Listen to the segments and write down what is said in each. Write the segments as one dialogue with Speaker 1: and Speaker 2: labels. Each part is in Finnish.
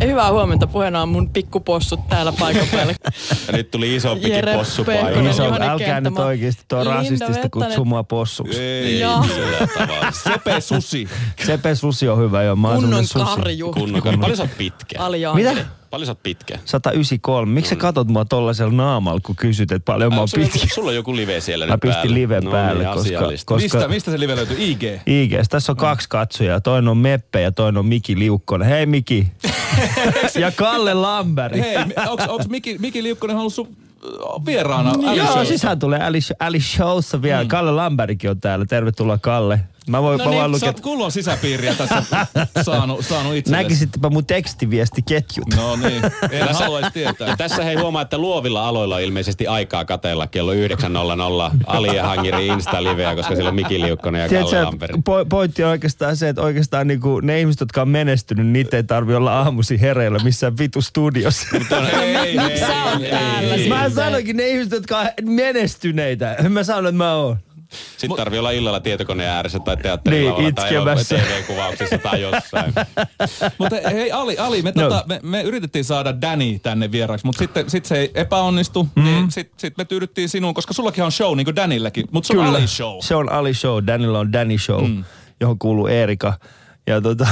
Speaker 1: Ja hyvää huomenta. Puheena on mun pikkupossut täällä paikan päällä.
Speaker 2: Ja nyt tuli isompikin
Speaker 1: Jere
Speaker 2: possu
Speaker 1: Pelkonen.
Speaker 2: paikalle.
Speaker 1: Iso-
Speaker 3: Iso,
Speaker 1: Johanna
Speaker 3: älkää nyt
Speaker 1: Kenttämaa.
Speaker 3: oikeesti, tuo on
Speaker 1: Linda
Speaker 3: rasistista
Speaker 1: Vettanen.
Speaker 3: kutsua mua possuksi.
Speaker 2: Ei,
Speaker 1: Joo.
Speaker 2: sillä tavalla. Sepe susi.
Speaker 3: Sepe Susi on hyvä jo, mä oon
Speaker 1: Kunnon
Speaker 3: semmonen susi.
Speaker 1: karju.
Speaker 2: Kunnon kanssa. Paljon sä oot pitkä?
Speaker 1: Aliaanti.
Speaker 3: Mitä?
Speaker 2: Paljon sä oot pitkä?
Speaker 3: 193. Miksi sä katot mua tollasella naamalla, kun kysyt, että paljon mä oon
Speaker 2: Onks sulla,
Speaker 3: pitkä?
Speaker 2: joku, sulla on joku live siellä
Speaker 3: Mä
Speaker 2: nyt
Speaker 3: pistin
Speaker 2: päällä. No niin,
Speaker 3: liven päälle, koska-
Speaker 2: asiallista.
Speaker 3: koska- Niin.
Speaker 4: Mistä, mistä se live löytyy? IG.
Speaker 3: IGS. Tässä on kaksi katsojaa. Toinen on Meppe ja toinen on Miki Liukkonen. Hei Miki. ja Kalle Lamberi.
Speaker 4: Hei, me- onks, onks Miki, Miki Liukkonen ollut sun äh, vieraana? Älä
Speaker 3: Joo,
Speaker 4: syö.
Speaker 3: siis hän tulee Ali, Ali Showssa vielä. Mm. Kalle Lamberikin on täällä. Tervetuloa Kalle. Mä voin, no mä
Speaker 4: No
Speaker 3: voin
Speaker 4: niin, sä
Speaker 3: lukea.
Speaker 4: oot kunnon sisäpiiriä tässä saanut, saanut itsellesi.
Speaker 3: Näkisittepä mun tekstiviestiketjut.
Speaker 4: No niin, en haluaisi
Speaker 2: Ja
Speaker 4: tietää.
Speaker 2: tässä hei huomaa, että luovilla aloilla on ilmeisesti aikaa katella kello 9.00 Ali ja Hangiri Insta-liveä, koska siellä on Miki Liukkonen ja Kalle
Speaker 3: Tiedätkö,
Speaker 2: Lamperi.
Speaker 3: po- pointti on oikeastaan se, että oikeastaan niinku ne ihmiset, jotka on menestynyt, niitä ei tarvi olla aamusi hereillä missään vitu studiossa.
Speaker 4: Ei, ei,
Speaker 1: Miksi sä oot
Speaker 4: ei,
Speaker 1: täällä
Speaker 4: ei.
Speaker 1: sitten?
Speaker 3: mä sanoinkin ne ihmiset, jotka on menestyneitä. Mä sanon, että mä oon.
Speaker 2: Sitten tarvii olla illalla tietokoneen ääressä tai teatterilla
Speaker 3: Niin,
Speaker 2: tai
Speaker 3: itkemässä.
Speaker 2: TV-kuvauksissa tai jossain.
Speaker 4: Mutta hei Ali, Ali me,
Speaker 3: No.
Speaker 4: tota, me, me yritettiin saada Danny tänne vieraksi, mutta sitten sit se ei epäonnistu.
Speaker 3: Mm-hmm.
Speaker 4: Mm. Niin sitten sit me tyydyttiin sinuun, koska sullakin on show niin kuin Danilläkin, mutta se on Ali show.
Speaker 3: Se on Ali Show. Danilla on Danny Show, mm. johon kuuluu Erika. Ja tota,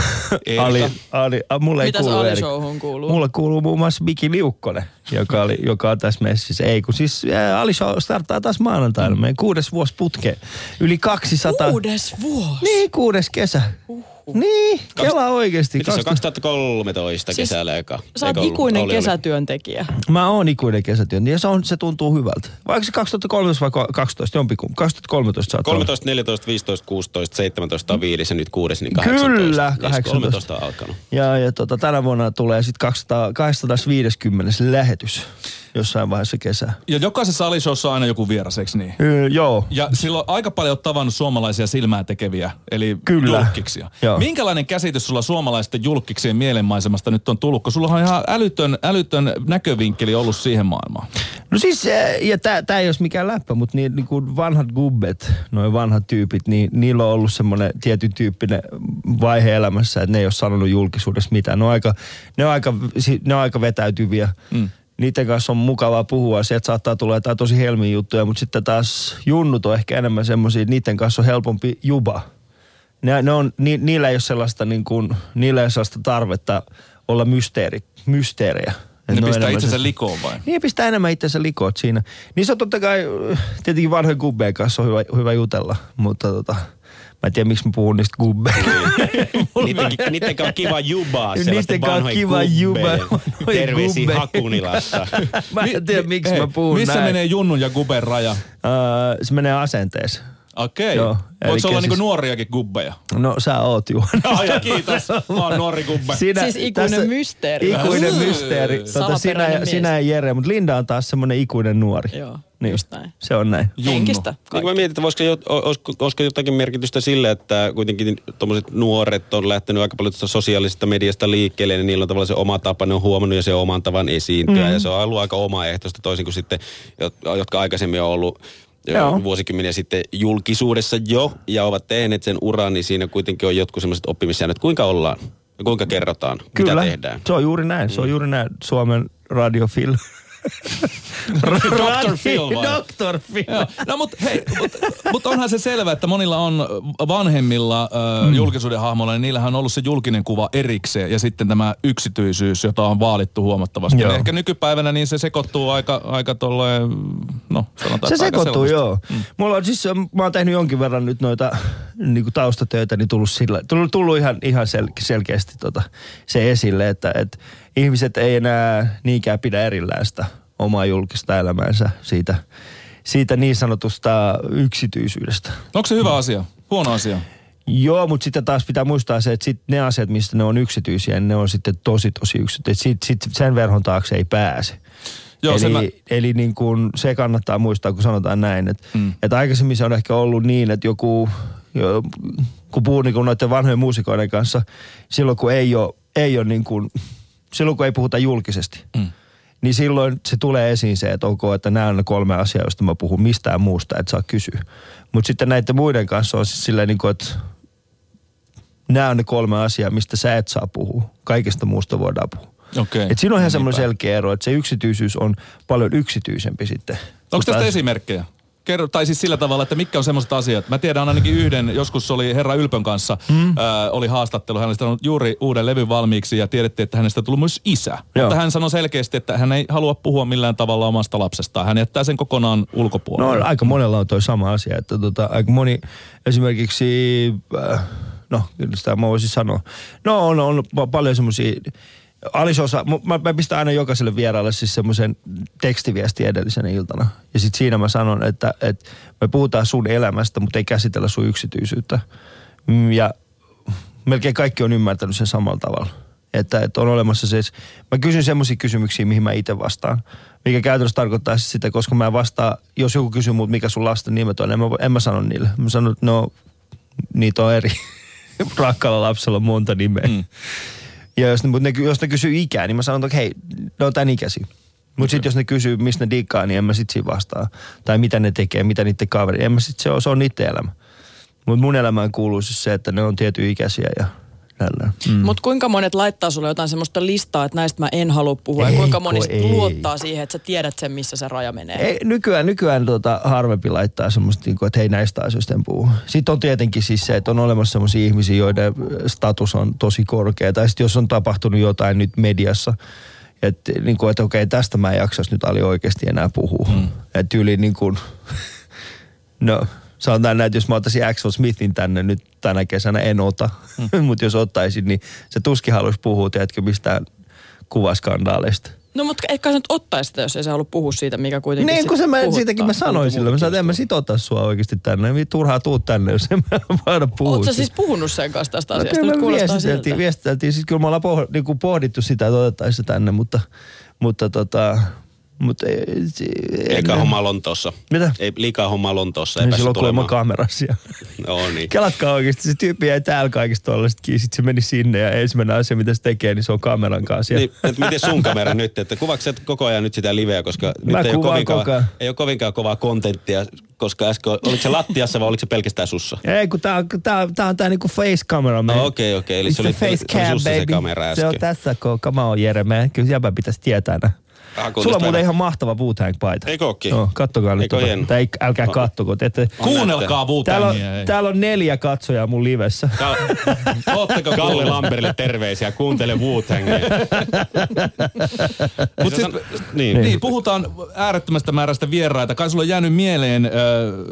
Speaker 4: Erika.
Speaker 3: Ali, Ali, a, mulle
Speaker 1: Mitäs
Speaker 3: ei kuulu
Speaker 1: Ali
Speaker 3: Erika.
Speaker 1: Showhun kuuluu?
Speaker 3: Mulle kuuluu muun muassa Miki Liukkonen, joka, oli, joka on tässä messissä. Ei kun siis ää, Ali Show starttaa taas maanantaina. Meidän kuudes vuosi putke. Yli 200.
Speaker 1: Kuudes vuosi.
Speaker 3: Niin, kuudes kesä. Uhuh. Niin, kela oikeesti.
Speaker 2: Mitä se on
Speaker 3: 2000
Speaker 2: 2013
Speaker 1: Siis
Speaker 2: kesällä eka?
Speaker 1: Sä oot
Speaker 2: Eikö ollut?
Speaker 1: ikuinen
Speaker 2: Oli, oli.
Speaker 1: kesätyöntekijä.
Speaker 3: Mä oon ikuinen kesätyön, ja se, on, se tuntuu hyvältä. Vaikka se 2013 vai ko- 12, jompikumpi. 2013 saattaa olla.
Speaker 2: 13, 14, 15, 16, 17
Speaker 1: Mm.
Speaker 2: on 5 ja nyt 6, niin
Speaker 3: Kyllä,
Speaker 2: 18. Niin,
Speaker 3: 18.
Speaker 2: 13 on alkanut.
Speaker 3: Ja, ja tota, tänä vuonna tulee sitten 250 lähetys jossain vaiheessa kesää.
Speaker 4: Ja jokaisessa Ali showssa on aina joku vieras, eikö niin?
Speaker 3: Öö, joo.
Speaker 4: Ja silloin aika paljon oot tavannut suomalaisia silmään tekeviä, eli
Speaker 3: Kyllä.
Speaker 4: julkkiksia.
Speaker 3: Joo.
Speaker 4: Minkälainen käsitys sulla suomalaisten julkkiksien mielenmaisemasta nyt on tullut? Kun sulla on ihan älytön, älytön näkövinkkeli ollut siihen maailmaan.
Speaker 3: No siis, eh, ja tämä ei olisi mikään läppä, mutta niin, niin kuin vanhat gubbet, noin vanhat tyypit, niin niillä on ollut semmoinen tietyn tyyppinen vaihe elämässä, että ne ei ole sanonut julkisuudessa mitään. Ne on aika, ne on aika, si- ne on aika vetäytyviä. Mm. Niiden kanssa on mukavaa puhua, sieltä saattaa tulla jotain tosi helmiä juttuja, mutta sitten taas junnut on ehkä enemmän semmoisia, että niiden kanssa on helpompi juba. Ne, ne on, ni, niillä ei ole sellaista, niin kuin, niillä ei ole sellaista tarvetta olla mysteeri, mysteerejä. Et
Speaker 4: Ne
Speaker 3: on
Speaker 4: pistää
Speaker 3: enemmän
Speaker 4: itsensä
Speaker 3: se-
Speaker 4: likoon vai?
Speaker 3: Niin pistää enemmän itsensä likoot siinä. Niin se on totta kai, äh, tietenkin vanhojen gubbeen kanssa on hyvä, hyvä jutella, mutta tota, mä en tiedä miksi mä puhun niistä gubbeista.
Speaker 4: Niin.
Speaker 2: Niiden, niiden on kiva jubaa siellä.
Speaker 3: Niiden kanssa
Speaker 2: vanhojen
Speaker 3: kiva
Speaker 2: gubbeille.
Speaker 3: jubaa. Vanhojen
Speaker 2: Terveisiä
Speaker 3: gubbeille.
Speaker 2: Hakunilassa.
Speaker 3: mä en tiedä miksi mä puhun
Speaker 4: Missä
Speaker 3: näin.
Speaker 4: menee junnun ja guben raja?
Speaker 3: Öö, se menee asenteeseen.
Speaker 4: Okei.
Speaker 3: Joo,
Speaker 4: Voiko
Speaker 3: elikkä
Speaker 4: olla niinku
Speaker 3: siis-
Speaker 4: nuoriakin gubbeja?
Speaker 3: No sä oot Juhana.
Speaker 4: Ai, kiitos. Mä oon nuori gubbe.
Speaker 3: Sinä,
Speaker 1: Siis ikuinen mysteeri.
Speaker 3: Ikuinen
Speaker 4: Vähän.
Speaker 3: mysteeri. Tota, sinä,
Speaker 1: Salaperäinen
Speaker 3: ja,
Speaker 1: mies.
Speaker 3: sinä ja Jere, mutta Linda on taas semmoinen ikuinen nuori. Niin.
Speaker 1: Joo, just näin.
Speaker 3: Se on näin.
Speaker 4: Junnu.
Speaker 1: Henkistä.
Speaker 2: Niin kuin mä mietin, että voisiko, jo- olisiko, olisiko jotakin merkitystä sille, että kuitenkin tuommoiset nuoret on lähtenyt aika paljon tuosta sosiaalisesta mediasta liikkeelle, niin niillä on tavallaan se oma tapa, ne on huomannut ja se oman tavan esiintyä, mm. ja se on ollut aika omaehtoista toisin kuin sitten, jo- jotka aikaisemmin on ollut jo
Speaker 3: Joo.
Speaker 2: vuosikymmeniä sitten julkisuudessa jo, ja ovat tehneet sen uran, niin siinä kuitenkin on jotkut sellaiset oppimissäännöt, kuinka ollaan, ja kuinka kerrotaan,
Speaker 3: Kyllä.
Speaker 2: mitä tehdään.
Speaker 3: Se on juuri näin. Se on juuri näin Suomen Radio Phil.
Speaker 4: Dr. Phil vai?
Speaker 3: Dr. Phil.
Speaker 4: Joo. No mut hei, mut, mut onhan se selvä, että monilla on vanhemmilla
Speaker 3: Mm.
Speaker 4: ö, julkisuuden hahmoilla, niin niillähän on ollut se julkinen kuva erikseen ja sitten tämä yksityisyys, jota on vaalittu huomattavasti.
Speaker 3: Joo.
Speaker 4: Joo. Ehkä nykypäivänä niin se sekoittuu aika, aika tolleen, no sanotaan,
Speaker 3: Se
Speaker 4: että aika
Speaker 3: sekoittuu,
Speaker 4: selvästi.
Speaker 3: joo. Mm. Mulla on siis, mä oon tehnyt jonkin verran nyt noita niin kuin taustatöitä, niin tullut, sillä, tullut, tullut ihan, ihan sel, selkeästi tota, se esille, että, että ihmiset ei enää niinkään pidä erillään sitä omaa julkista elämäänsä siitä, siitä niin sanotusta yksityisyydestä.
Speaker 4: Onko se hyvä asia? Huono asia?
Speaker 3: Joo, mutta sitten taas pitää muistaa se, että sit ne asiat, mistä ne on yksityisiä, niin ne on sitten tosi tosi yksityisiä. Sit, sit sen verhon taakse ei pääse.
Speaker 4: Joo,
Speaker 3: eli
Speaker 4: sen mä-
Speaker 3: eli niin kun se kannattaa muistaa, kun sanotaan näin. Että mm. et aikaisemmin se on ehkä ollut niin, että joku, jo, kun puhuu niin kun noiden vanhojen muusikoiden kanssa, silloin kun ei ole, ei ole niin kun, silloin kun ei puhuta julkisesti, mm. niin silloin se tulee esiin se, että ok, että nämä on ne kolme asiaa, joista mä puhun mistään muusta, et saa kysyä. Mutta sitten näiden muiden kanssa on siis silleen, niin kun, että nämä on ne kolme asiaa, mistä sä et saa puhua. Kaikesta muusta voidaan puhua.
Speaker 4: Okei.
Speaker 3: Et siinä on ihan semmoinen selkeä ero, että se yksityisyys on paljon yksityisempi sitten.
Speaker 4: Onko tästä
Speaker 3: taas-
Speaker 4: esimerkkejä? Kerro, tai siis sillä tavalla, että mitkä on semmoiset asiat. Mä tiedän ainakin yhden, joskus oli Herra Ylpön kanssa,
Speaker 3: Hmm.
Speaker 4: mm. äh, oli haastattelu, hänestä on juuri uuden levyn valmiiksi ja tiedettiin, että hänestä on tullut myös isä. Joo.
Speaker 3: Joo.
Speaker 4: Mutta hän sanoi selkeästi, että hän ei halua puhua millään tavalla omasta lapsestaan. Hän jättää sen kokonaan ulkopuolelle.
Speaker 3: No aika monella on toi sama asia, että tota, aika moni esimerkiksi, äh, no kyllä sitä mä voisin sanoa, no on, on pa- paljon semmoisia alisosa, mu- mä, mä pistän aina jokaiselle vieraalle siis semmoisen tekstiviesti edellisenä iltana. Ja sit siinä mä sanon, että, että me puhutaan sun elämästä, mutta ei käsitellä sun yksityisyyttä. Mm, Ja melkein kaikki on ymmärtänyt sen samalla tavalla. Että, että on olemassa se, mä kysyn semmoisia kysymyksiä, mihin mä itse vastaan. Mikä käytännössä tarkoittaa siis sitä, koska mä en vastaa, jos joku kysyy mut, mikä sun lasten nimet on, en mä, vo- en mä sano niille. Mä sanon, että no, niitä on eri. Rakkaalla lapsella on monta nimeä. Mm. Ja jos ne, mut ne, ky- jos ne kysyy ikää, niin mä sanon, että hei, ne on tämän ikäisiä. Mutta sitten jos ne kysyy, mistä ne diikkaa, niin en mä sit siinä vastaa. Tai mitä ne tekee, mitä niiden kaveri, en mä sit, se on, se on niiden elämä. Mutta mun elämään kuuluu siis se, että ne on tietyn ikäisiä ja tällä.
Speaker 1: Mm. Mutta kuinka monet laittaa sulle jotain semmoista listaa, että näistä mä en halua puhua? Ei,
Speaker 3: Ei,
Speaker 1: ja kuinka moni
Speaker 3: kun
Speaker 1: sit
Speaker 3: ei.
Speaker 1: luottaa siihen, että sä tiedät sen, missä se raja menee?
Speaker 3: Ei, nykyään nykyään tota, harvempi laittaa semmoista, niinku, että hei näistä asioista en puhu. Sitten on tietenkin siis se, että on olemassa semmoisia ihmisiä, joiden status on tosi korkea. Tai sitten jos on tapahtunut jotain nyt mediassa, että niinku, et, okei tästä mä en jaksas nyt ali oikeasti enää puhua. Mm. Että yli niin kuin, no sanotaan näin, että jos mä ottaisin Axel Smithin tänne nyt tänä kesänä, en ota. Mm. Mutta jos ottaisin, niin se tuskin haluaisi puhua, tiedätkö, mistään kuvaskandaaleista.
Speaker 1: No mutta etkä sä nyt ottaisi sitä, jos ei sä halua puhua siitä, mikä kuitenkin
Speaker 3: Niin,
Speaker 1: sit
Speaker 3: kun se mä,
Speaker 1: puhuttaa.
Speaker 3: siitäkin mä sanoin silloin. Mä sanoin, että en mä sit ota sua oikeasti tänne. Ei turhaa tuu tänne, jos en mä voida puhua.
Speaker 1: Oot sä siis
Speaker 3: siitä.
Speaker 1: puhunut sen kanssa tästä
Speaker 3: No
Speaker 1: asiasta?
Speaker 3: kyllä
Speaker 1: Nyt
Speaker 3: me
Speaker 1: kuulostaa
Speaker 3: viestiteltiin,
Speaker 1: siltä.
Speaker 3: viestiteltiin. Siis kyllä me ollaan poh, niin kuin pohdittu sitä, että otettaisiin se tänne, mutta, mutta tota... Mutta ei, ei,
Speaker 2: Eikä homma Lontoossa.
Speaker 3: Mitä?
Speaker 2: Ei, liikaa homma Lontoossa. Ei
Speaker 3: Niin
Speaker 2: päässyt
Speaker 3: silloin kuulemma
Speaker 2: tulemaan.
Speaker 3: kamerassa. ja-
Speaker 2: No niin.
Speaker 3: Kelatkaa oikeasti, se tyyppi jäi täällä kaikista tuollaista kiinni, sit se meni sinne ja ensimmäinen asia, mitä se tekee, niin se on kameran kanssa. Ja-
Speaker 2: Niin, että miten sun kamera nyt, että kuvaatko sä koko ajan nyt sitä liveä, koska
Speaker 3: Mä
Speaker 2: nyt ei ole,
Speaker 3: kuvaan
Speaker 2: kovinkaan,
Speaker 3: koko ajan.
Speaker 2: ei ole kovinkaan kovaa kontenttia, koska äsken, oliko se lattiassa vai oliko se pelkästään sussa?
Speaker 3: Ei, kun tää on tää, tää, on tää niinku face camera. man.
Speaker 2: No okei, okei, eli
Speaker 3: It's
Speaker 2: se oli-
Speaker 3: the face
Speaker 2: se oli
Speaker 3: cam,
Speaker 2: sussa se
Speaker 3: baby.
Speaker 2: kamera äsken.
Speaker 3: Se on tässä, kun come on Jere, man. Kyllä jäbä pitäisi tietää nää.
Speaker 2: Ah, kuulostaa
Speaker 3: Sulla on muuten
Speaker 2: aina.
Speaker 3: ihan mahtava wu paita
Speaker 2: Eikö ookin?
Speaker 3: Joo, kattokaa nyt.
Speaker 2: Eikö
Speaker 3: tota.
Speaker 2: hieno? No.
Speaker 3: Tai älkää kattoko. Te ette...
Speaker 4: Kuunnelkaa
Speaker 3: Täällä on,
Speaker 4: Wu-Tangia. ei.
Speaker 3: täällä on neljä katsojaa mun livessä.
Speaker 2: Ka- Ootteko Kalle Lamberille terveisiä, kuuntele wu
Speaker 4: Mut sit,
Speaker 2: niin.
Speaker 4: Niin, puhutaan äärettömästä määrästä vieraita. Kai sulla on jäänyt mieleen, äh,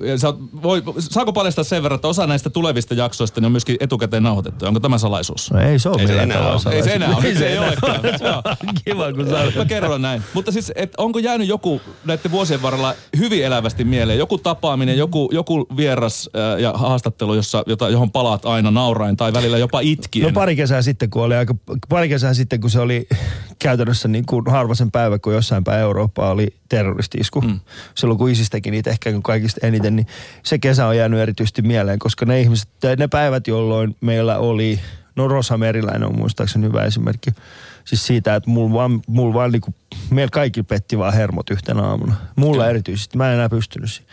Speaker 4: ja sä, oot- voi, saako paljastaa sen verran, että osa näistä tulevista jaksoista ne on myöskin etukäteen nauhoitettu. Onko tämä salaisuus?
Speaker 3: No ei se ole
Speaker 2: Ei se
Speaker 3: millään
Speaker 2: enää
Speaker 3: tavalla
Speaker 2: ole.
Speaker 4: Ei
Speaker 3: salaisuus.
Speaker 4: se enää ole, nyt se ei olekaan. Joo.
Speaker 3: Kiva, kun sä
Speaker 4: Mä kerron näin. Mutta siis, et onko jäänyt joku näiden vuosien varrella hyvin elävästi mieleen? Joku tapaaminen, joku, joku vieras äh, ja haastattelu, jossa, jota, johon palaat aina nauraen tai välillä jopa itkien?
Speaker 3: No pari kesää sitten, kun oli aika, pari kesää sitten, kun se oli käytännössä niin kuin harvaisen päivä, kun jossain päin Eurooppaa oli terroristiisku. Mm. Silloin kun ISIS teki niitä ehkä kaikista eniten, niin se kesä on jäänyt erityisesti mieleen, koska ne ihmiset, tai ne päivät, jolloin meillä oli, no Rosa Meriläinen on muistaakseni hyvä esimerkki, siis siitä, että mulla vaan, mul vaan niin kuin, meillä kaikki petti vaan hermot yhtenä aamuna. Mulla Kyllä. erityisesti, mä en enää pystynyt siihen.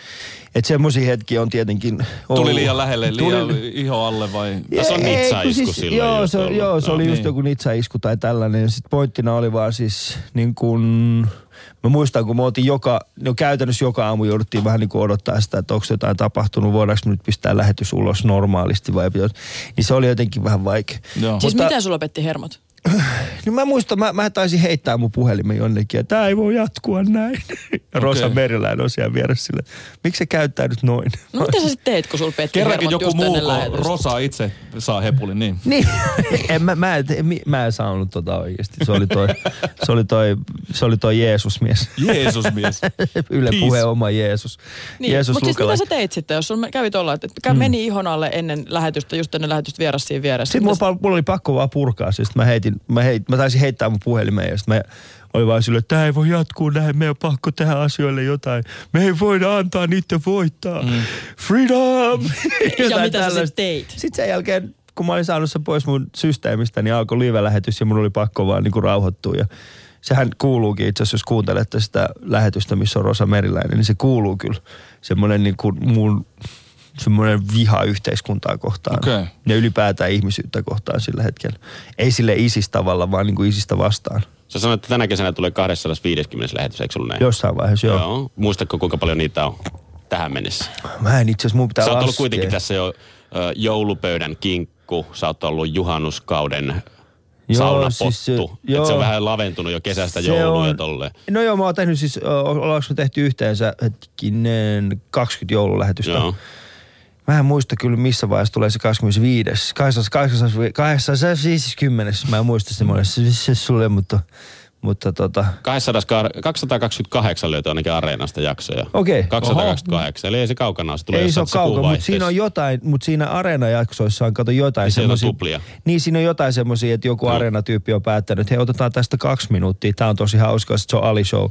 Speaker 3: Että semmoisia hetkiä on tietenkin ollut.
Speaker 4: Tuli liian lähelle, liian
Speaker 3: Oh. Tuli-
Speaker 4: iho alle vai?
Speaker 2: Tai se on
Speaker 3: ei,
Speaker 2: Nitsa-isku
Speaker 3: kun siis-
Speaker 2: silloin
Speaker 3: Joo,
Speaker 2: just
Speaker 3: se,
Speaker 2: ollut.
Speaker 3: joo, se
Speaker 2: Joo,
Speaker 3: oli just
Speaker 4: niin.
Speaker 3: joku Nitsa-isku tai tällainen. Sitten pointtina oli vaan siis niin kuin, mä muistan kun me oltiin joka, no käytännössä joka aamu jouduttiin vähän niin kuin odottaa sitä, että onko jotain tapahtunut, voidaanko me nyt pistää lähetys ulos normaalisti vai pitäisi. Niin se oli jotenkin vähän vaikea.
Speaker 4: Joo.
Speaker 1: Siis
Speaker 3: Mutta-
Speaker 1: miten sulla petti hermot?
Speaker 3: Niin mä muistan, mä, mä taisin heittää mun puhelimen jonnekin, että tämä ei voi jatkua näin. Ja Rosa
Speaker 4: Okei.
Speaker 3: Meriläinen on siellä vieressä sille, miksi se käyttää nyt noin?
Speaker 1: No mitä sä sitten teit, kun sulla petti
Speaker 4: Kerrankin
Speaker 1: hermot
Speaker 4: joku
Speaker 1: just
Speaker 4: muu
Speaker 1: ennen
Speaker 4: kuin
Speaker 1: lähetystä?
Speaker 4: Rosa itse saa hepulin, niin.
Speaker 3: Niin, en, mä, mä, en, mi- mä en saanut tota oikeesti. Se oli toi, se oli toi, se oli toi Jeesus-mies.
Speaker 4: Jeesus mies.
Speaker 3: Yle
Speaker 4: Peace.
Speaker 3: puheen oma Jeesus.
Speaker 1: Niin,
Speaker 3: Jeesus Hmm.
Speaker 1: mutta siis mitä
Speaker 3: lukelainen.
Speaker 1: sä teit sitten, jos sun kävi tuolla, että mikä meni ihon alle ennen lähetystä, just ennen lähetystä vieras siinä vieressä?
Speaker 3: Sitten mulla, pal- mulla oli pakko vaan purkaa, siis mä, heitin, mä, heit, mä taisin heittää mun puhelimeen ja sit mä olin vaan silleen, että tämä ei voi jatkuu näin, meidän on pakko tehdä asioille jotain. Me ei voida antaa niiden voittaa. Mm. Freedom!
Speaker 1: mitä
Speaker 3: Jotain
Speaker 1: sä sit
Speaker 3: tällaista.
Speaker 1: teit?
Speaker 3: Sitten sen jälkeen, kun mä olin saanut sen pois mun systeemistä, niin alkoi live-lähetys ja mun oli pakko vaan niinku rauhoittua ja Sehän kuuluukin itse asiassa, jos kuuntelette sitä lähetystä, missä on Rosa Meriläinen, niin se kuuluu kyllä semmoinen niin kuin niinku mun semmoinen viha yhteiskuntaa kohtaan
Speaker 4: Okei.
Speaker 3: ja ylipäätään ihmisyyttä kohtaan sillä hetkellä. Ei sille isis tavalla, vaan niin kuin isistä vastaan.
Speaker 2: Sä sanoit, että tänä kesänä tulee 250 lähetys, eikö sulla näin?
Speaker 3: Jossain vaiheessa, joo.
Speaker 2: Joo.
Speaker 3: joo.
Speaker 2: Joo. Muistatko, kuinka paljon niitä on tähän mennessä?
Speaker 3: Mä en itse asiassa, mun pitää
Speaker 2: Sä oot ollut
Speaker 3: laskea.
Speaker 2: kuitenkin tässä jo ö, joulupöydän kinkku, sä oot ollut juhannuskauden joo,
Speaker 3: Joo,
Speaker 2: saunapottu.
Speaker 3: siis se-
Speaker 2: Siis,
Speaker 3: joo.
Speaker 2: Et se on vähän laventunut jo kesästä
Speaker 3: Se
Speaker 2: jouluun ja
Speaker 3: on-
Speaker 2: tolleen.
Speaker 3: No joo, mä oon tehnyt siis, ö, ollaanko me tehty yhteensä hetkinen 20 joululähetystä.
Speaker 2: Joo.
Speaker 3: Mä en muista kyllä missä vaiheessa tulee se 25. 850. Mä en muista semmoinen se, se sulle, mutta, mutta tota,
Speaker 2: 200, 228 löytyy ainakin areenasta jaksoja.
Speaker 3: Okei.
Speaker 2: 228, eli ei se kaukana, ole, se tulee
Speaker 3: ei se
Speaker 2: jossain
Speaker 3: ole kaukaa, mutta siinä on
Speaker 2: kuun
Speaker 3: jotain, mutta siinä areenajaksoissa on, kato jotain
Speaker 2: Niin siellä on
Speaker 3: semmosia-
Speaker 2: tuplia.
Speaker 3: Niin siinä on jotain semmoisia, että joku no. areenatyyppi on päättänyt, että hei otetaan tästä kaksi minuuttia, tämä on tosi hauska, sit se on Ali Show.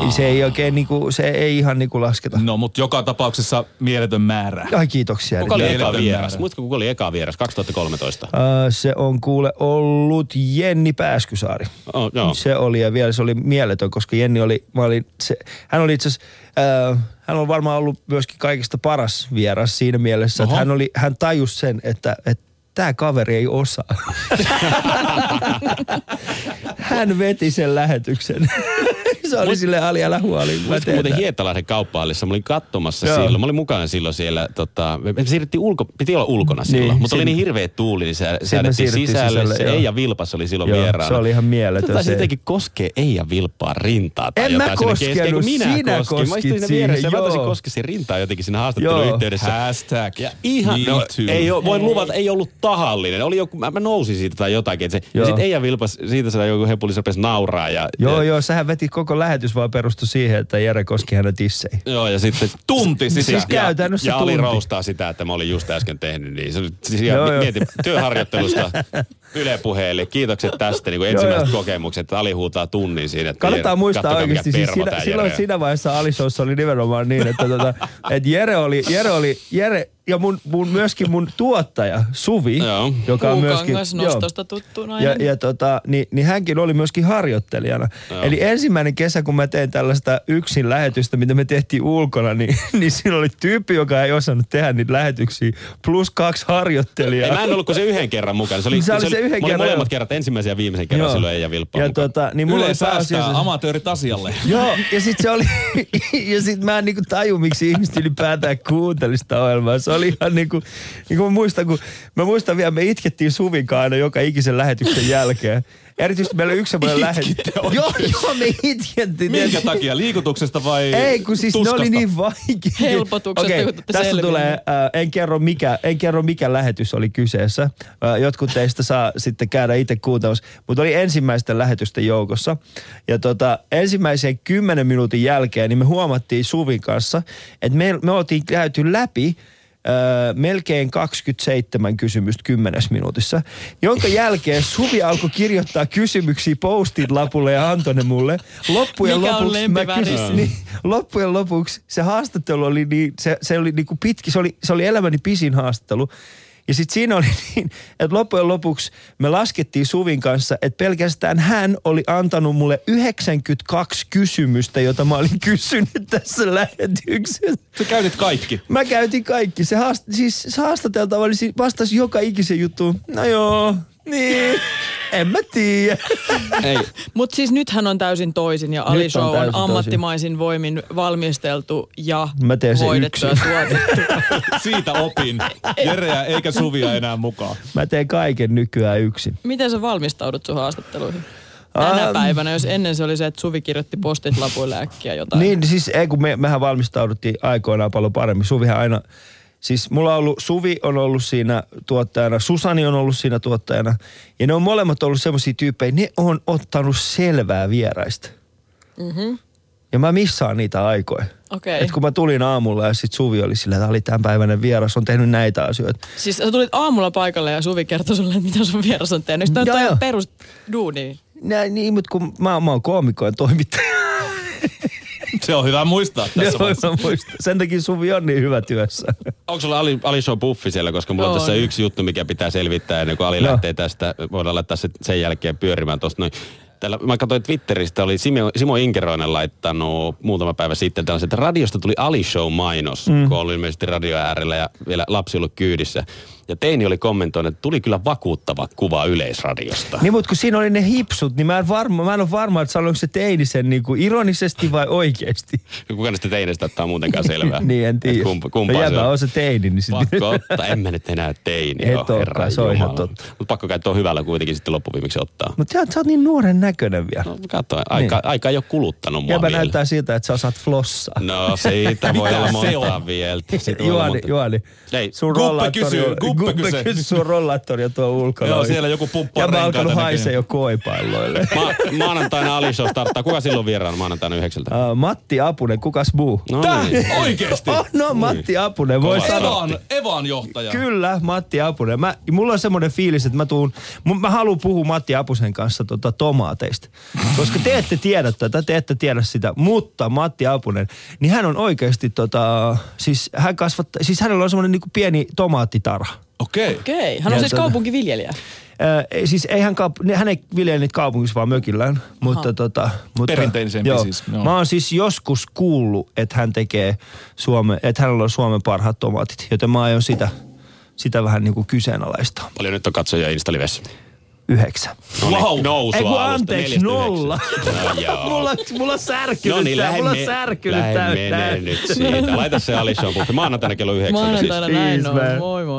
Speaker 3: Niin se ei oikein niinku, se ei ihan niinku lasketa.
Speaker 4: No, mutta joka tapauksessa mieletön määrä.
Speaker 3: Ai kiitoksia.
Speaker 2: Kuka
Speaker 3: Erik.
Speaker 2: oli eka
Speaker 4: Mieletön
Speaker 2: vieras?
Speaker 4: määrä.
Speaker 2: Muistatko, kuka oli eka vieras? 2013.
Speaker 3: Öö, se on kuule ollut Jenni Pääskysaari.
Speaker 2: Oh, joo.
Speaker 3: Se oli ja vielä se oli mieletön, koska Jenni oli, mä olin, se, hän oli itse asiassa, öö, hän on varmaan ollut myöskin kaikista paras vieras siinä mielessä, että
Speaker 4: Oho.
Speaker 3: hän, oli, hän tajus sen, että, että tämä kaveri ei osaa. hän veti sen lähetyksen. se oli sille Ali, älä huoli. Mä
Speaker 2: Muistatko
Speaker 3: teen
Speaker 2: muuten
Speaker 3: tän."
Speaker 2: Hietalahden kauppahallissa? Mä olin katsomassa
Speaker 3: Joo.
Speaker 2: silloin. Mä olin mukana silloin siellä. Tota, me me siirryttiin ulko, piti olla ulkona silloin,
Speaker 3: Niin,
Speaker 2: mutta oli
Speaker 3: sinne-
Speaker 2: niin hirveä tuuli, niin sä, säädettiin
Speaker 3: siirryttiin
Speaker 2: sisälle.
Speaker 3: sisälle,
Speaker 2: sisälle. Se
Speaker 3: joo.
Speaker 2: Eija Vilpas oli silloin
Speaker 3: Joo,
Speaker 2: vieraana.
Speaker 3: se oli ihan mieletön
Speaker 2: Tota,
Speaker 3: se.
Speaker 2: se jotenkin koskee Eija Vilpaa rintaa tai
Speaker 3: En mä
Speaker 2: jotain siinä
Speaker 3: koskenut,
Speaker 2: kesken, kun minä
Speaker 3: sinä
Speaker 2: koskin. Mä
Speaker 3: koskit
Speaker 2: istuin siinä vieressä ja
Speaker 3: siihen,
Speaker 2: mä tosin
Speaker 3: joo.
Speaker 2: koskesin rintaa jotenkin siinä haastattelun
Speaker 3: Joo.
Speaker 2: yhteydessä.
Speaker 4: Hashtag.
Speaker 2: Ja ihan,
Speaker 4: Me
Speaker 2: no,
Speaker 4: too.
Speaker 2: ei ole, voin luvata, ei ollut tahallinen. Oli joku, mä, mä nousin siitä tai jotakin. että Se,
Speaker 3: Joo.
Speaker 2: ja sitten Eija Vilpas, siitä se joku hepulissa rupesi nauraa. Ja,
Speaker 3: Joo,
Speaker 2: ja,
Speaker 3: joo, sähän veti koko lähetys vaan perustu siihen, että Jere koski hänen tisseihin.
Speaker 2: Joo, ja sitten
Speaker 4: Tunti sitä.
Speaker 3: Siis
Speaker 2: ja,
Speaker 3: käytännössä
Speaker 2: ja Ali
Speaker 3: tunti.
Speaker 2: roustaa sitä, että mä olin just äsken tehnyt niin. Se, oli- siis ihan,
Speaker 3: Joo,
Speaker 2: mi-
Speaker 3: joo.
Speaker 2: mietin työharjoittelusta Yle puheelle. Kiitokset tästä niin kuin ensimmäiset
Speaker 3: joo.
Speaker 2: kokemukset, että Ali huutaa tunnin siinä. Että
Speaker 3: Kannattaa
Speaker 2: Jere,
Speaker 3: muistaa
Speaker 2: kattokaa,
Speaker 3: oikeasti,
Speaker 2: mikä
Speaker 3: siis
Speaker 2: perma
Speaker 3: siinä,
Speaker 2: tää
Speaker 3: silloin
Speaker 2: Jere on.
Speaker 3: siinä vaiheessa Alisossa oli nimenomaan niin, että tota, et Jere oli, Jere oli, Jere ja mun, mun, myöskin mun tuottaja Suvi,
Speaker 2: Joo.
Speaker 3: joka on myöskin,
Speaker 1: Puukangas nostosta tuttu
Speaker 3: ja,
Speaker 1: nainen.
Speaker 3: ja tota, niin, niin, hänkin oli myöskin harjoittelijana.
Speaker 2: Joo.
Speaker 3: Eli ensimmäinen kesä, kun mä tein tällaista yksin lähetystä, mitä me tehtiin ulkona, niin, niin siinä oli tyyppi, joka ei osannut tehdä niitä lähetyksiä, plus kaksi harjoittelijaa.
Speaker 2: Ei, mä en ollut kuin se yhden kerran mukana. Se oli,
Speaker 3: Se oli se yhden
Speaker 2: mä olin
Speaker 3: kerran,
Speaker 2: molemmat
Speaker 3: joo.
Speaker 2: kerrat, ensimmäisen ja viimeisen kerran silloin Eija Vilppa
Speaker 3: ja
Speaker 2: ja tota,
Speaker 3: tota, niin mulla oli
Speaker 4: Yle säästää
Speaker 3: pääasiassa-
Speaker 4: amatöörit asialle.
Speaker 3: Joo, ja sit se oli, ja sit mä en niinku taju, miksi ihmiset ylipäätään kuunteli sitä ohjelmaa. Se oli ihan niinku, niinku mä muistan, kun, mä muistan vielä, me itkettiin Suvinkaan aina joka ikisen lähetyksen jälkeen. Erityisesti meillä oli yksi semmoinen lähetys. Joo, joo, me itkettiin.
Speaker 4: Minkä takia? Liikutuksesta vai
Speaker 3: Ei, kun siis
Speaker 4: tuskasta?
Speaker 3: ne oli niin vaikeita.
Speaker 1: Helpotuksesta,
Speaker 3: Okei,
Speaker 1: kun olette
Speaker 3: tästä
Speaker 1: selvinneet.
Speaker 3: tulee, äh, en, kerro mikä, en kerro mikä lähetys oli kyseessä. Äh, jotkut teistä saa sitten käydä itse kuuntelemassa. Mutta oli ensimmäisten lähetysten joukossa. Ja tota, ensimmäisen kymmenen minuutin jälkeen niin me huomattiin Suvin kanssa, että me, me oltiin käyty läpi Öö, melkein 27 kysymystä kymmenes minuutissa, jonka jälkeen Suvi alkoi kirjoittaa kysymyksiä postit lapulle ja antoi ne mulle. Loppujen
Speaker 1: Mikä on
Speaker 3: lopuksi mä
Speaker 1: lempivärisi?
Speaker 3: kysyin, niin, loppujen lopuksi se haastattelu oli niin, se, se oli niinku pitki, se oli, se oli elämäni pisin haastattelu. Ja sitten siinä oli niin, että loppujen lopuksi me laskettiin Suvin kanssa, että pelkästään hän oli antanut mulle 92 kysymystä, jota mä olin kysynyt tässä lähetyksessä.
Speaker 4: Sä käytit kaikki.
Speaker 3: Mä käytin kaikki. Se, haast, siis, se haastateltava oli, siis- vastasi joka ikisen juttuun. No joo, niin, en mä tiedä.
Speaker 2: ei,
Speaker 1: Mutta siis nythän on täysin toisin ja
Speaker 3: Nyt
Speaker 1: Ali
Speaker 3: on
Speaker 1: Show on,
Speaker 3: täysin
Speaker 1: ammattimaisin voimin valmisteltu ja
Speaker 3: Mä teen sen
Speaker 1: hoidettu ja
Speaker 3: yksin.
Speaker 1: tuotettu.
Speaker 4: Siitä opin. Jereä eikä Suvia enää mukaan.
Speaker 3: Mä teen kaiken nykyään yksin.
Speaker 1: Miten sä valmistaudut sun haastatteluihin? Tänä
Speaker 3: Ähm.
Speaker 1: päivänä, jos ennen se oli se, että Suvi kirjoitti postit lapuille äkkiä jotain.
Speaker 3: Niin, siis ei kun me, mehän valmistauduttiin aikoinaan paljon paremmin. Suvihan aina, siis mulla on ollut, Suvi on ollut siinä tuottajana, Susani on ollut siinä tuottajana. Ja ne on molemmat ollut semmoisia tyyppejä, ne on ottanut selvää vieraista. Mm-hmm. Ja mä missaan niitä aikoja.
Speaker 1: Okei.
Speaker 3: Et kun mä tulin aamulla ja sit Suvi oli sillä, että oli tämän päivänä vieras, on tehnyt näitä asioita.
Speaker 1: Siis sä tulit aamulla paikalle ja Suvi kertoi sulle, että mitä sun vieras on tehnyt. Tämä
Speaker 3: Joo,
Speaker 1: on
Speaker 3: joo.
Speaker 1: ihan perus duuni.
Speaker 3: Näin, niin, mutta kun mä, mä oon koomikoin toimittaja.
Speaker 4: Se on hyvä muistaa tässä vaiheessa.
Speaker 3: Mä muistan. Sen takia Suvi on niin hyvä työssä.
Speaker 2: Onko sulla Ali, Ali Show buffi siellä, koska mulla on,
Speaker 1: On.
Speaker 2: tässä yksi juttu, mikä pitää selvittää ennen kuin Ali
Speaker 3: Joo.
Speaker 2: lähtee tästä. Voidaan laittaa se sen jälkeen pyörimään tuosta noin. Täällä, mä katsoin Twitteristä, oli Simo, Simo Inkeroinen laittanut muutama päivä sitten tällaisen, että radiosta tuli Ali Show-mainos, mm. kun oli ilmeisesti radio äärellä ja vielä lapsi ollut kyydissä. Ja Teini oli kommentoinut, että tuli kyllä vakuuttava kuva Yleisradiosta.
Speaker 3: Niin, mutta kun siinä oli ne hipsut, niin mä en, varma, mä en ole varma, että sanoiko se teini sen niin kuin ironisesti vai oikeasti.
Speaker 2: Kuka näistä Teinestä ottaa muutenkaan selvää?
Speaker 3: niin, en tiedä.
Speaker 2: Kumpa, kumpa
Speaker 3: no,
Speaker 2: se
Speaker 3: jäbä,
Speaker 2: on.
Speaker 3: on se teini, niin sitten...
Speaker 2: Pakko ottaa. En mä nyt enää teini.
Speaker 3: Et
Speaker 2: ole,
Speaker 3: olekaan,
Speaker 2: herra
Speaker 3: se on ihan
Speaker 2: jumala.
Speaker 3: totta.
Speaker 2: Mut pakko käyttää hyvällä kuitenkin sitten loppuviimeksi ottaa.
Speaker 3: Mutta sä, oot- sä oot niin nuoren näköinen vielä.
Speaker 2: No kato, aika,
Speaker 3: Niin.
Speaker 2: niin. aika ei ole kuluttanut mua
Speaker 3: Jäbä
Speaker 2: vielä.
Speaker 3: näyttää siltä, että sä osaat flossaa.
Speaker 2: No siitä voi
Speaker 4: Mitä
Speaker 2: olla
Speaker 4: se
Speaker 2: monta
Speaker 4: on?
Speaker 2: vielä. Siitä voi olla
Speaker 3: Juoni,
Speaker 2: monta.
Speaker 3: Juoni.
Speaker 2: Ei,
Speaker 3: Sun
Speaker 4: Guppe
Speaker 3: rollaattori
Speaker 4: kysyy,
Speaker 3: on-
Speaker 4: Guppe
Speaker 3: Guppe
Speaker 4: kysyy.
Speaker 3: kysyy, sun rollaattori on tuo ulkona.
Speaker 4: Joo, siellä joku pumppaa
Speaker 3: Ja mä oon
Speaker 4: renkaita
Speaker 3: alkanut
Speaker 4: näköjään.
Speaker 3: haisee jo Äh, koipalloille.
Speaker 2: Ma- maanantaina Alishow starttaa. Kuka silloin vieraana maanantaina yhdeksältä?
Speaker 3: Äh, Matti Apunen, kukas muu?
Speaker 2: No
Speaker 4: Tää?
Speaker 2: niin.
Speaker 4: Oikeesti?
Speaker 3: Oh, no Matti Apunen, voi
Speaker 2: Kova
Speaker 3: sanoa.
Speaker 4: Evan, Evan johtaja.
Speaker 3: Kyllä, Matti Apunen. Mä, mulla on semmoinen fiilis, että mä tuun, mun- mä haluan puhua Matti Apusen kanssa tota tomaateista. Koska te ette tiedä tätä, te ette tiedä sitä, mutta Matti Apunen, niin hän on oikeasti tota, siis hän kasvattaa, siis hänellä on semmoinen niinku pieni tomaattitarha.
Speaker 4: Okei.
Speaker 1: Okei, hän
Speaker 3: Ja
Speaker 1: on siis
Speaker 3: tota-
Speaker 1: kaupunkiviljelijä.
Speaker 3: Ö, ei- siis ei hän, kaup- ne- hän ei viljele niitä kaupungissa, vaan mökillään. Mutta, tota, mutta,
Speaker 4: Perinteisempi siis, joo.
Speaker 3: Mä oon siis joskus kuullut, että hän tekee Suome, että hänellä on Suomen parhaat tomaatit, joten mä aion sitä, sitä vähän niin kuin kyseenalaistaa.
Speaker 2: Paljon nyt on katsoja Instalivessä.
Speaker 3: Yhdeksän.
Speaker 2: No niin,
Speaker 4: Wow.
Speaker 2: Nousua
Speaker 3: Ei kun
Speaker 2: alusta,
Speaker 3: anteeksi,
Speaker 2: neljästä
Speaker 3: nolla.
Speaker 2: yhdeksään. No joo.
Speaker 3: mulla, mulla on särkynyt
Speaker 2: No niin,
Speaker 3: tää,
Speaker 2: lähde,
Speaker 3: mulla on särkynyt
Speaker 2: lähde
Speaker 3: tää.
Speaker 2: menee nyt siitä. Laita se Alishow puffi maanantaina kello yhdeksältä siis.
Speaker 1: Maanantaina näin
Speaker 3: Jeez, man.
Speaker 1: on. Moi moi.